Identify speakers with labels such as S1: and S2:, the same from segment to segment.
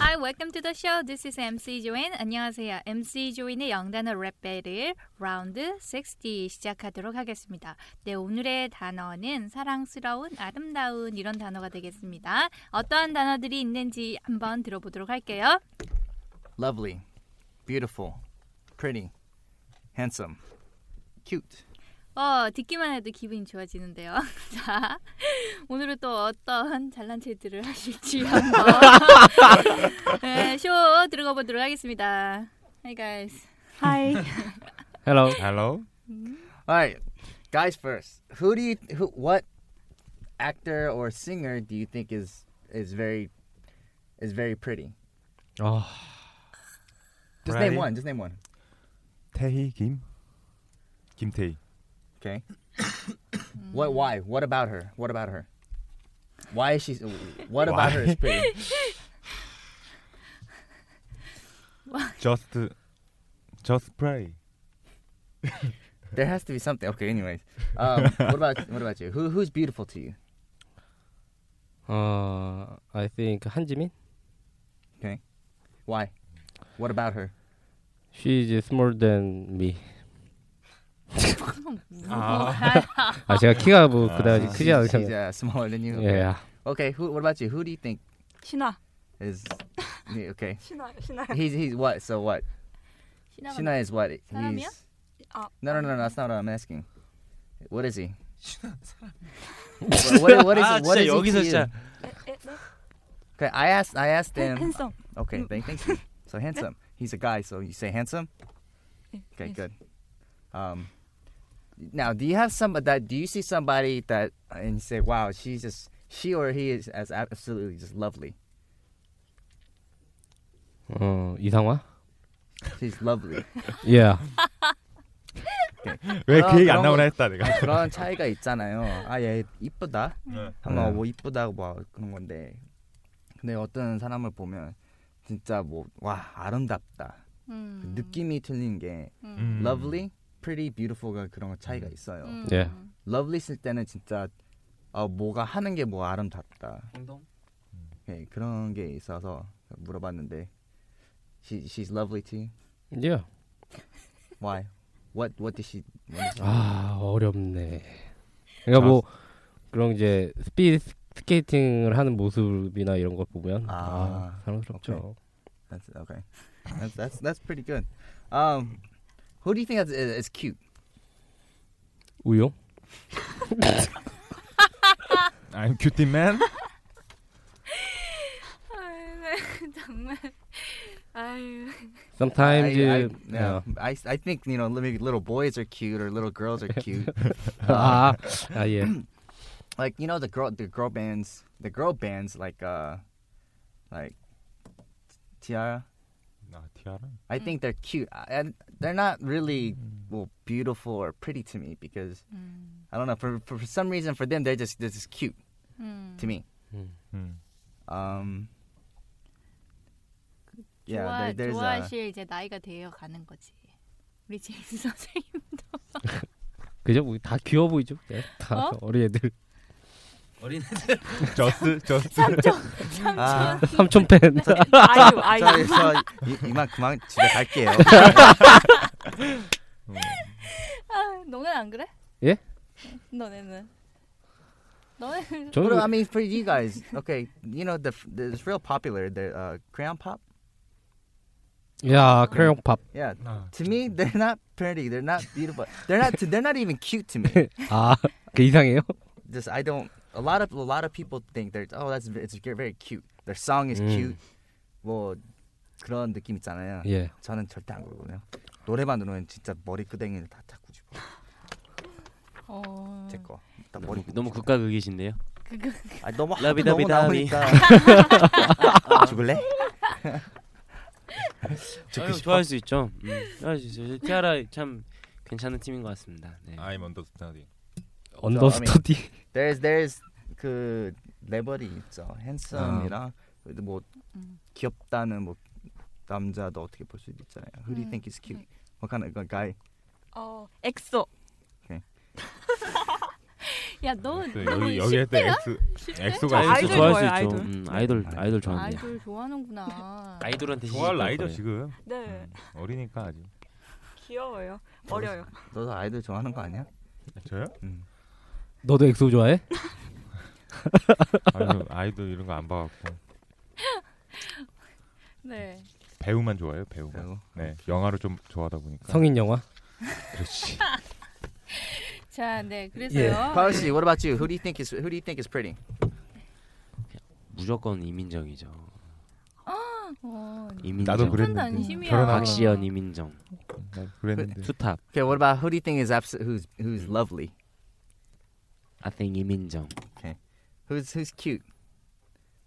S1: Hi, welcome to the show. This is MC 조인. 안녕하세요. MC 조인의 영단어 랩 배틀 라운드 60 시작하도록 하겠습니다. 네, 오늘의 단어는 사랑스러운, 아름다운 이런 단어가 되겠습니다. 어떠한 단어들이 있는지 한번 들어보도록 할게요.
S2: lovely, beautiful, pretty, handsome, cute.
S1: 어, 듣기만 해도 기분이 좋아지는데요. 자, 오늘은 또 어떤 잘난 체들을 하실지 한번 네, 쇼 들어가 보도록 하겠습니다. Hi guys.
S3: Hi.
S4: Hello. Hello.
S2: All right, guys first. Who do you who what actor or singer do you think is is very is very pretty?
S4: 아,
S2: Just
S4: Brady?
S2: name one. Just name one.
S4: 태희 김 김태희.
S2: Okay. what? Why? What about her? What about her? Why is she? What about her is pretty?
S4: Just Just pray.
S2: There has to be something. Okay. Anyways, um, what about what about you? Who who's beautiful to you?
S5: 어, I think 한지민.
S2: Why? What about her?
S5: She is smaller than me.
S1: 아.
S5: 아 제가 키가 뭐 그다지
S2: She's-
S5: 크지
S2: she's,
S5: 않아서.
S2: uh, smaller than you. Okay.
S5: 예.
S2: Okay. Who? What about you? Who do you think
S3: 신화.
S2: is? yeah, Okay.
S3: 신화. 신화.
S2: He's he's what? So what?
S1: 신화가
S2: Shina is what?
S1: 사람이야?
S2: He's.
S3: 아.
S2: No no no no. That's not what I'm asking. What is he? Shina what, what is
S4: 아,
S2: what
S4: 진짜
S2: is he
S4: 여기서
S2: to you?
S4: 진짜
S3: 에, 에, 네.
S2: Okay. I asked I asked
S3: 팬-
S2: him.
S3: 팬성.
S2: Okay,
S3: Mm.
S2: thank, thank you. So handsome. He's a guy, so you say handsome.
S3: 예,
S2: Okay,
S3: 예.
S2: good. Um, now, do you have somebody that do you see somebody that and you say, "Wow, she's just she or he is as absolutely just lovely.
S5: 어 이상화.
S2: She's lovely."
S5: Yeah.
S4: 왜
S2: 아,
S4: 그 얘기 안
S2: 그런
S4: 나오나
S2: 거-
S4: 했다 내가.
S2: 그런 차이가 있잖아요. 아, 얘 이쁘다. 아마 뭐 이쁘다고 뭐 그런 건데. 근데 어떤 사람을 보면 진짜 뭐 와 아름답다. 그
S1: 음.
S2: 느낌이 틀린 게
S1: 음.
S2: lovely, pretty, beautiful가 그런 차이가 있어요.
S1: 음.
S5: 예.
S2: 러블리 쓸 때는 진짜 어, 뭐가 하는 게 뭐 아름답다. 예, 그런 게 있어서 물어봤는데 she she's lovely to you.
S5: Yeah.
S2: Why? What what did she? What did she
S5: 아 어렵네. 그러니까 뭐 그런 이제 스피드 스케이팅을 하는 모습이나 이런 걸 보면 아,
S2: 아,
S5: 사랑스럽죠.
S2: That's okay. That's that's that's pretty good. Um, who do you think is, is cute?
S5: 우용.
S4: I'm cutie man.
S1: 아유, 정말 아유
S5: Sometimes. 아.
S2: I, I,
S5: I,
S2: yeah, I I think you know maybe little boys are cute or little girls are cute.
S5: 아, 아 예.
S2: like you know the girl the girl bands the girl bands like uh like Tiara.
S4: 아, 티아라.
S2: I think they're cute. I, and they're not really well beautiful or pretty to me because
S1: 음,
S2: I don't know for for, for some reason for them they're just they're just cute
S1: 음.
S2: to me.
S4: 음.
S2: Um. Yeah,
S1: 좋아,
S4: 네,
S2: there, there's a
S1: 좋아하실 이제 나이가 되어 가는 거지 우리 제임스 선생님도
S5: 그죠? 우리 다 귀여워 보이죠? 네, 다
S1: 어?
S5: 어? 린 애들.
S4: Just just
S2: 아,
S5: 삼촌 팬.
S3: 아이유. 아이유.
S2: uh, sorry, so 이, 이만 그만 집에 갈게요.
S1: 아, 너는 안 그래?
S5: 예?
S1: 너네는 너는
S5: 저는
S2: Well, I mean, for you guys, okay, you know, the, the it's real popular. The uh, crayon pop.
S5: 야 크레용 팝.
S2: Yeah,
S4: 아,
S2: to me, they're not pretty. They're not beautiful. They're not. They're not even cute to me.
S5: 아그 이상해요?
S2: Just I don't. A lot of a lot of people think they're oh that's it's very cute. Their song is
S5: 음.
S2: cute. 뭐 그런 느낌 있잖아요.
S5: 예.
S2: 저는 절대 안 그러거든요. 노래만 들으면 진짜 머리 끄댕이를 다탁 꾸집어.
S1: 어...
S2: 제 거. 딱 머리
S6: 너무, 너무 극과 극이신데요.
S1: 그거
S2: 끄집어. 아 너무 하도
S6: 라비다비
S2: 너무
S6: 다비.
S2: 나오니까 아, 죽을래?
S6: 아유, 좋아할 수 있죠. 음, 좋아할 수 있어요. 티아라 참 괜찮은 팀인 것 같습니다. 네.
S4: I'm understanding.
S5: 그 언더스터디.
S2: There's there's 그 레벨이 있죠.
S6: 아.
S2: handsome이랑 그래도 뭐
S1: 음.
S2: 귀엽다는 뭐 남자도 어떻게 볼 수도 있잖아요. Who do you think is cute? What kind of guy?
S3: 어, 엑소.
S1: 야너
S4: 네, 여기 여기 할때 엑스 엑소가
S6: 아,
S4: 있어요.
S3: 아이돌
S6: 아이돌 좋아할
S3: 좋아요,
S6: 수 있죠.
S3: 아이돌.
S6: 음, 아이돌 아이돌 좋아합니다.
S1: 아이돌 좋아하는구나.
S6: 아이돌한테
S4: 네. 좋아할
S6: 시집 갈
S4: 나이죠
S6: 거예요.
S4: 지금.
S3: 네,
S4: 음, 어리니까 아직.
S3: 귀여워요. 어려요.
S2: 너도 아이들 좋아하는 거 아니야?
S4: 저요?
S2: 음.
S5: 너도 엑소 좋아해?
S4: 아유, 아이돌 이런 거 안 봐갖고
S1: 네.
S4: 배우만 좋아해요 배우만.
S2: 그리고
S4: 네 영화를 좀 좋아하다 보니까.
S5: 성인 영화.
S4: 그렇지.
S1: 자, 네.
S4: 예.
S1: 그래서요.
S2: 가을 씨, what about you? Who do you think is Who do you think is pretty?
S6: 무조건 이민정이죠.
S1: 어,
S6: 이민정.
S4: 나도 그래.
S1: 편
S4: 그랬는데.
S1: 안심이야.
S4: 그렇죠. 결혼하고 네.
S6: 박시연, 이민정,
S4: 나 그랬는데.
S6: 투탑.
S2: Okay, what about who do you think is abs- who's who's lovely?
S6: I think 이민정,
S2: Who's who's cute?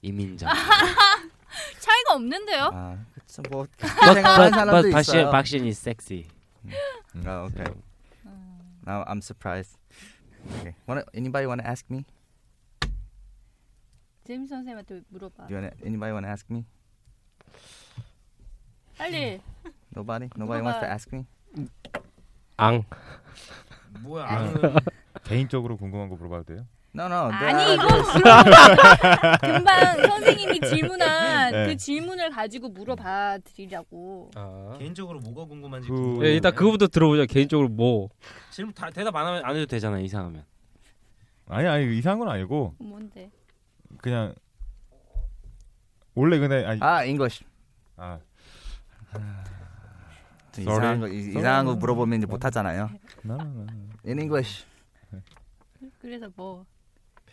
S6: 이민정.
S1: 차이가 없는데요.
S2: 아, 그쵸 뭐 그렇게 생각하는 사람도 있어요.
S6: 박시연, 박시연이 sexy.
S2: Oh, okay. Now I'm surprised. Okay. Wanna, anybody want to ask me?
S1: 제임스 선생님한테 물어봐.
S4: 예.
S2: Do you wanna, anybody want to ask me?
S1: 빨리.
S2: Nobody? Nobody wants
S1: Nobody.
S2: to ask me?
S5: 앙.
S4: 뭐야? 개인적으로 궁금한 거 물어봐도 돼요?
S2: No, no. there
S1: 아니
S2: are-
S1: 이거
S4: 네.
S1: 금방 선생님이 질문한
S4: 네.
S1: 그 질문을 가지고 물어봐 드리려고.
S6: 개인적으로 뭐가 궁금한지.
S4: 그-
S5: 예, 아. 일단 그거부터 들어보자. 개인적으로 뭐
S6: 지금 다 대답 안 하면 안 해도 되잖아 이상하면.
S4: 아니 아니 이상한 건 아니고
S1: 뭔데?
S4: 그냥 원래 근데 아니
S2: 아, Ah, English.
S4: 아
S2: 좀 이상한
S4: Sorry.
S2: 거 이- 이상한 거 물어보면 이제 못 하잖아요.
S4: 나, 나, 나, 나.
S2: In English.
S1: 그래서 뭐?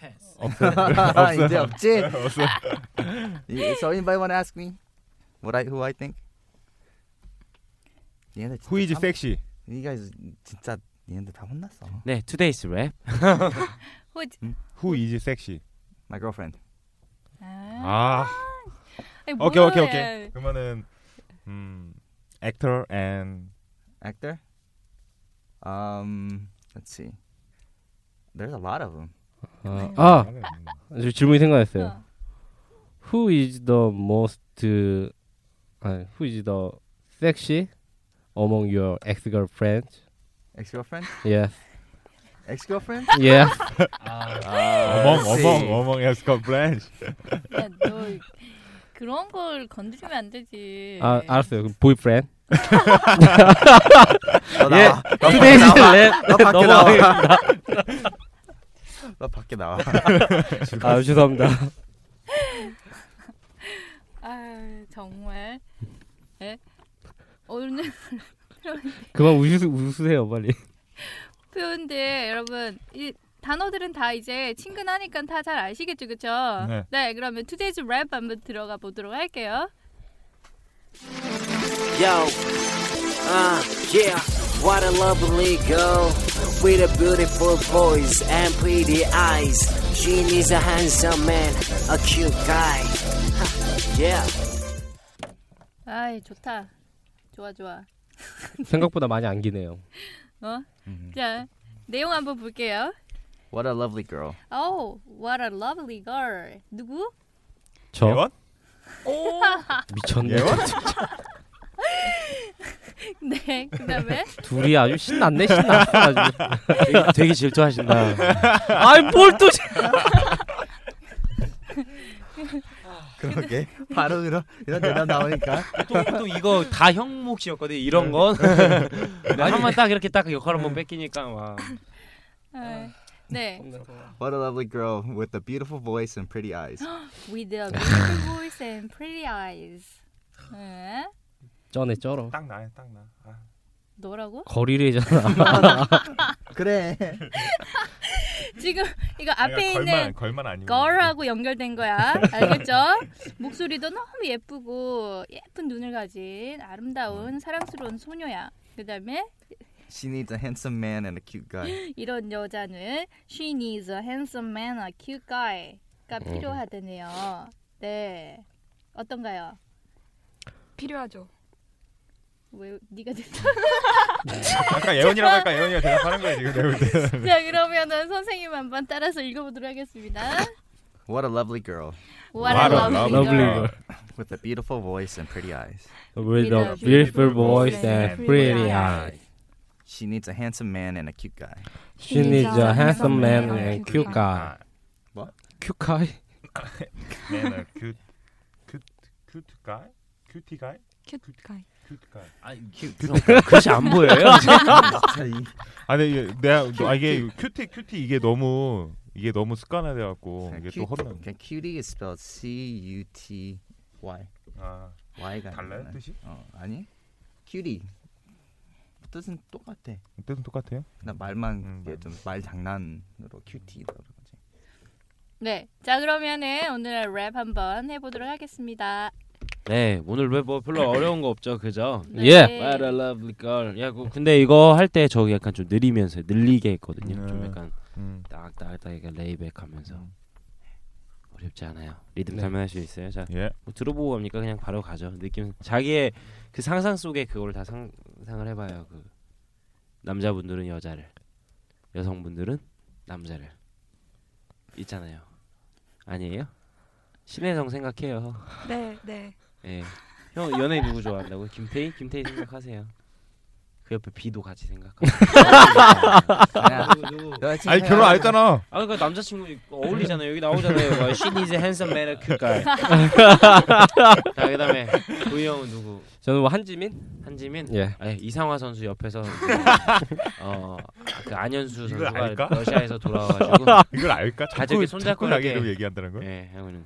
S2: 없어. 이제 없지. 없어. so anybody want to ask me? What I who I think? 얘네들 진짜
S4: Who is
S2: 참-
S4: sexy?
S2: 이 guys 진짜 얘네들 다 혼났어.
S6: 네, today's rap.
S1: 호
S4: Who is sexy?
S2: My girlfriend.
S1: 아.
S4: 아
S1: 아니,
S4: 오케이 오케이
S1: 뭐해.
S4: 오케이. 그러면은 음 actor and
S2: actor. Um, let's see. There's a lot of them.
S5: 아, 아
S4: 음.
S5: 저 질문이 생각났어요.
S1: 어.
S5: Who is the most 아, Who is the sexy among your ex-girlfriends?
S2: Ex-girlfriend?
S5: Yes.
S2: Ex-girlfriend?
S5: Yes.
S4: 어멍
S2: let's see.
S4: 어멍 어멍 에스 컴 브랜치.
S1: 야, 너 그런 걸 건드리면 안 되지.
S5: 아, 알았어요. 그럼 boyfriend.
S2: 너 나와. 너 밖에
S5: Today's
S2: 나와.
S5: rap.
S2: 너 밖에
S5: 넘어가겠습니다.
S2: 나와. 너 밖에 나와.
S5: 아, 죄송합니다.
S1: 아유, 정말. 예? 오늘
S5: 그만 웃으, 웃으세요, 빨리.
S1: 표현들 여러분 이 단어들은 다 이제 친근하니까 다 잘 아시겠죠, 그렇죠?
S4: 네.
S1: 그러면 투데이즈 랩 한번 들어가 보도록 할게요.
S7: Yo, uh, yeah, what a lovely girl with a beautiful voice and pretty eyes. She needs a handsome man, a cute guy. yeah.
S1: 아이, 좋다. 좋아, 좋아.
S5: 생각보다 많이 안 기네요.
S1: 어?
S8: 음.
S1: 자, 내용 한번 볼게요.
S2: What a lovely girl.
S1: Oh, what a lovely girl. 누구?
S5: 저
S4: 예원?
S3: 오,
S5: 미쳤네.
S4: 예원?
S1: 네, 그다음에
S5: 둘이 아주 신났네, 신났어 아주.
S6: 되게, 되게 질투하신다.
S5: 아이, 뭘 또. 지-
S2: 그러게. 바로 이런 이런 대답 나오니까.
S6: 또 이거 다 형목이었거든
S4: 네.
S6: 이런 건. 한번 딱 이렇게 딱 역할 한번 뺏기니까 와.
S1: 아, 네.
S2: What a lovely girl with a beautiful voice and pretty eyes.
S1: With a beautiful voice and pretty eyes. 네.
S5: 쩌네 쩔어.
S8: 딱 나야 딱 나. 아.
S1: 너라고?
S5: 거리래잖아.
S2: 그래.
S1: 지금 이거
S8: 아니,
S1: 앞에
S8: 걸만,
S1: 있는
S8: 걸만 아니고.
S1: 걸하고 연결된 거야. 알겠죠? 목소리도 너무 예쁘고 예쁜 눈을 가진 아름다운 사랑스러운 소녀야. 그다음에
S2: She needs a handsome man and a cute guy.
S1: 이런 여자는 she needs a handsome man, a cute guy가
S2: 음.
S1: 필요하다네요. 네, 어떤가요?
S3: 필요하죠.
S1: 왜 네가 됐어?
S8: 약간 예원이라고 할까 예원이가 대답하는 거야 지금 네, 내가 볼 때.
S1: 자 그러면은 선생님 한번 따라서 읽어보도록 하겠습니다.
S2: What a lovely girl.
S1: What a What a lovely lovely girl.
S2: With a beautiful voice and pretty eyes.
S5: With a beautiful voice and pretty eyes.
S2: She needs a handsome man and a cute guy.
S5: She needs a handsome man and cute guy.
S2: 뭐?
S5: Cute guy?
S8: 네네 큐 큐, 큐트 가이? 큐티 가이?
S3: 큐트 가이.
S8: 큐트 가이.
S6: 아니, 큐- 그것이 안 보여요? 진짜 이-
S4: 아니 이게 내가 너- 아, 이게 큐티 큐티 이게 너무 이게 너무 습관화돼 갖고 이게 또
S2: Cute-
S4: 혼나.
S2: okay, cutie is spelled C U T Y.
S8: 아,
S2: Y가
S8: 달라요,
S2: 아니구나.
S8: 뜻이?
S2: 어, 아니. cutie. 뜻은 똑같아.
S4: 뜻은 똑같아요?
S2: 나 말만 좀말 장난으로 cutie라고 그러지.
S1: 네, 자 그러면은 오늘의 랩 한번 해보도록 하겠습니다.
S6: 네 오늘 왜 뭐 별로 어려운 거 없죠 그죠?
S1: 네. 예.
S6: What a lovely girl. 야 그- 근데 이거 할 때 저기 약간 좀 느리면서 늘리게 했거든요. 좀
S4: 네.
S6: 약간
S4: 음.
S6: 딱딱딱 약간 레이백하면서 어렵지 않아요. 리듬
S4: 네.
S6: 타면 할 수 있어요. 자
S4: 예.
S6: 뭐 들어보고 합니까? 그냥 바로 가죠. 느낌 자기의 그 상상 속에 그걸 다 상상을 해봐요. 그 남자분들은 여자를, 여성분들은 남자를 있잖아요. 아니에요? 신혜성 생각해요.
S3: 네, 네.
S6: 예. 형 연예인 누구 좋아한다고? 김태희? 김태희 생각하세요. 그 옆에 비도 같이 생각하고.
S4: 여자친구 아니, 결혼 안 했잖아.
S6: 아 그러니까 남자친구 어울리잖아요. 여기 나오잖아요. 와, She needs a handsome man, a cute guy. 자 그다음에 우이 형은 누구?
S5: 저는 뭐 한지민?
S6: 한지민.
S5: 예.
S6: 아, 예, 이상화 선수 옆에서 그, 어그 안현수
S4: 이걸
S6: 선수가
S4: 알까?
S6: 러시아에서 돌아와가지고
S4: 이걸 알까? 자꾸-
S6: 가족이 손잡고
S4: 자꾸 나게
S6: 이렇게-
S4: 이러고 얘기한다는 거야?
S6: 예, 형은.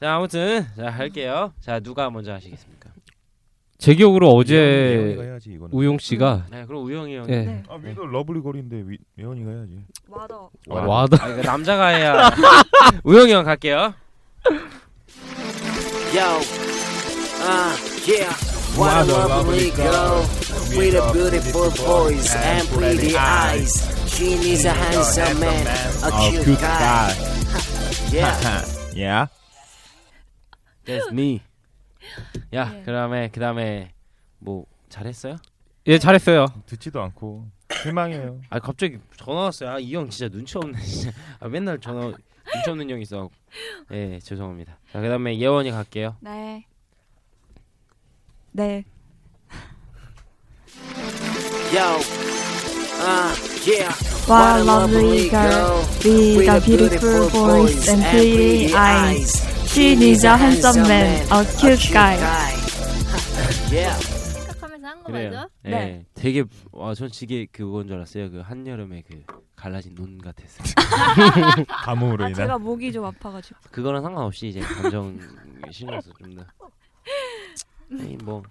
S6: 자 아무튼 자 할게요. 자 누가 먼저 하시겠습니까?
S5: 제 기억으로 어제
S4: 예원이가 해야지, 이거는.
S5: 우용 씨가
S6: 네, 그럼 우영이 형.
S5: 예.
S4: 아, 위도 러블리 거리인데 위, 예원이가 해야지.
S3: 와더.
S5: 와- 와더.
S6: 아, 이거 남자가 해야. 우영이 형 갈게요.
S7: Yo, uh, yeah. What a lovely girl with a beautiful voice and pretty eyes. She needs a handsome man, a
S9: 아,
S7: cute guy. Yeah.
S4: yeah.
S6: That's me. 야, 그다음에 그다음에 뭐 잘했어요?
S5: 예 잘했어요.
S4: 듣지도 않고 실망해요.
S6: 아 갑자기 전화 왔어요. 아, 이 형 진짜 눈치 없네. 진짜. 아, 맨날 전화 눈치 없는 형이 있어. 예, 죄송합니다. 자, 그다음에 예원이 갈게요.
S3: 네. 네.
S7: Yo, uh, yeah.
S3: What a lovely girl with
S7: 아,
S3: a beautiful voice and pretty eyes. She needs a handsome man, a cute guy.
S7: Yeah.
S1: 생각하면서 한 거
S6: 그래요.
S1: 어, 맞아?
S6: 예. 되게 와, 전 이게 그건 줄 알았어요. 그 한여름에 그 갈라진 눈 같았어요.
S4: 가뭄으로
S3: 아, 제가 목이 좀 아파가지고.
S6: 그거랑 상관없이 이제 감정 신경써 좀 더. 아니 뭐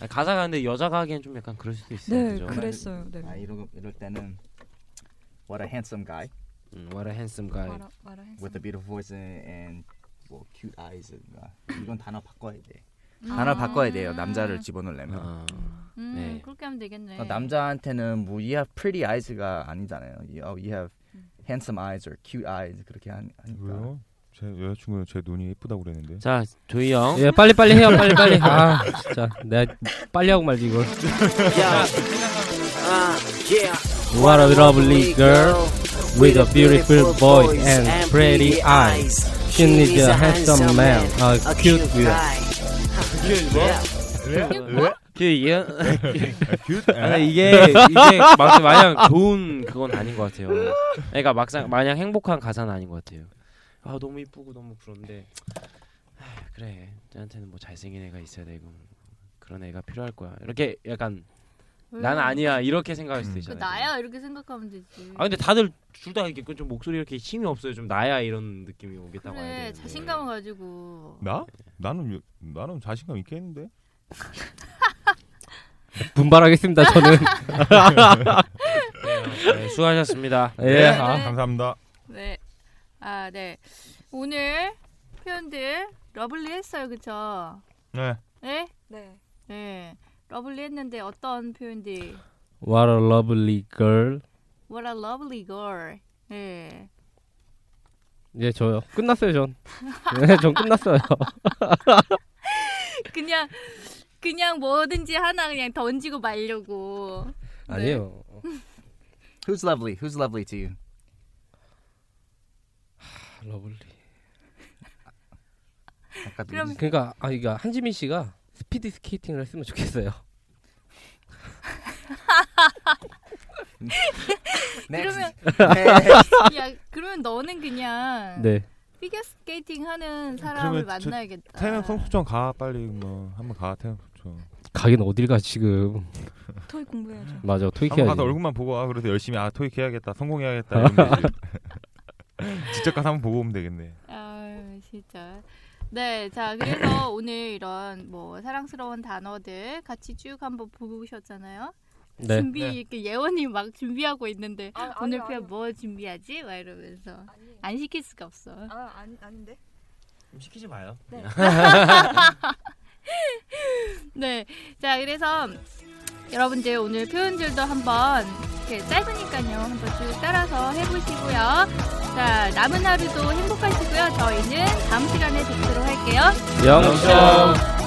S6: 아, 가사가 근데 여자가 하기엔 좀 약간 그럴 수도 있어요.
S3: 네,
S6: 그죠?
S3: 그랬어요. 네.
S2: 아, 이러 이럴 때는 What a handsome guy
S6: 음, what a handsome guy.
S3: 와라, 와라 했어.
S2: with a beautiful voice and, and 뭐 cute eyes. 이건 단어 바꿔야 돼.
S1: 음.
S2: 단어 바꿔야 돼요. 남자를 집어넣으려면.
S1: 음,
S2: 네.
S1: 그렇게 하면 되겠네.
S2: 어, 남자한테는 뭐 you have pretty eyes가 아니잖아요. You, oh, you have
S1: 음.
S2: handsome eyes or cute eyes 그렇게 하니- 하니까.
S4: 왜요? 제 여자친구는 제 눈이 예쁘다고 그랬는데.
S6: 자, 조이 형.
S5: 예 빨리 빨리 해요 빨리 빨리. 아 진짜 내가 빨리 하고 말지 이걸.
S7: Yo, uh, yeah.
S5: What a lovely girl with a beautiful voice and pretty eyes. She needs a handsome man, a cute girl.
S1: 뭐?
S6: 큐이요?
S4: 큐?
S6: 아, 이게 이게 막 마냥 좋은 그건 아닌 것 같아요. 그러니까 막상 마냥 행복한 가사는 아닌 것 같아요. 아 너무 이쁘고 너무 그런데 아, 그래 나한테는 뭐 잘생긴 애가 있어야 되고 그런 애가 필요할 거야. 이렇게 약간 난 아니야 이렇게 생각할
S5: 음.
S6: 수도
S1: 음. 그
S6: 있잖아요.
S1: 나야 이렇게 생각하면 되지.
S6: 아 근데 다들 둘 다 이렇게 좀 목소리 이렇게 힘이 없어요. 좀 나야 이런 느낌이 오겠다고 해야
S1: 그래
S6: 되는데. 네.
S1: 자신감을 가지고
S4: 나? 나는 요- 나는 자신감 있게 했는데.
S5: 분발하겠습니다. 저는.
S6: 네, 수고하셨습니다.
S5: 예.
S4: 네,
S5: 아.
S4: 감사합니다.
S1: 네. 아, 네. 오늘 표현들 러블리했어요. 그쵸
S4: 네.
S1: 네?
S10: 네.
S1: 네. 러블리했는데 어떤 표현들?
S5: What a lovely girl.
S1: What a lovely girl. 네.
S5: 예, 저요. 끝났어요, 전. 예, 전 끝났어요.
S1: 그냥 그냥 뭐든지 하나 그냥 던지고 말려고. 네.
S2: 아니에요. Who's lovely? Who's lovely to you?
S5: 러블리.
S2: 아까도
S1: 그럼-
S5: 그러니까 아 이거 한지민 씨가 스피드 스케이팅을 했으면 좋겠어요.
S1: 그러면
S2: Next.
S1: 야, 그러면 너는 그냥
S5: 네.
S1: 피겨 스케이팅 하는 사람을
S4: 음, 그러면 저
S1: 만나야겠다.
S4: 태양 성수촌 가 빨리 뭐 한번 가 태양 성수촌.
S5: 가긴 어딜 가 지금.
S11: 토익 공부해야죠.
S5: 맞아. 토익
S4: 한번
S5: 해야지.
S4: 가서 얼굴만 보고 아 그래서 열심히 아 토익 해야겠다 성공해야겠다 이러면 되지. 직접 가서 한번 보고 오면 되겠네.
S1: 아 진짜. 네, 자 그래서 오늘 이런 뭐 사랑스러운 단어들 같이 쭉 한번 보셨잖아요.
S5: 네.
S1: 준비
S5: 네.
S1: 이렇게 예원이 막 준비하고 있는데 오늘
S11: 아니요,
S1: 표현 뭐 준비하지? 막 이러면서 안 시킬 수가 없어.
S11: 아, 아니, 아닌데.
S6: 좀 시키지 마요.
S11: 네.
S1: 네, 자 그래서 여러분들 오늘 표현들도 한번 이렇게 짧으니까요 한번 쭉 따라서 해보시고요. 자 남은 하루도 행복하시고요. 저희는 다음 시간에 뵙도록 할게요.
S5: 영쇼.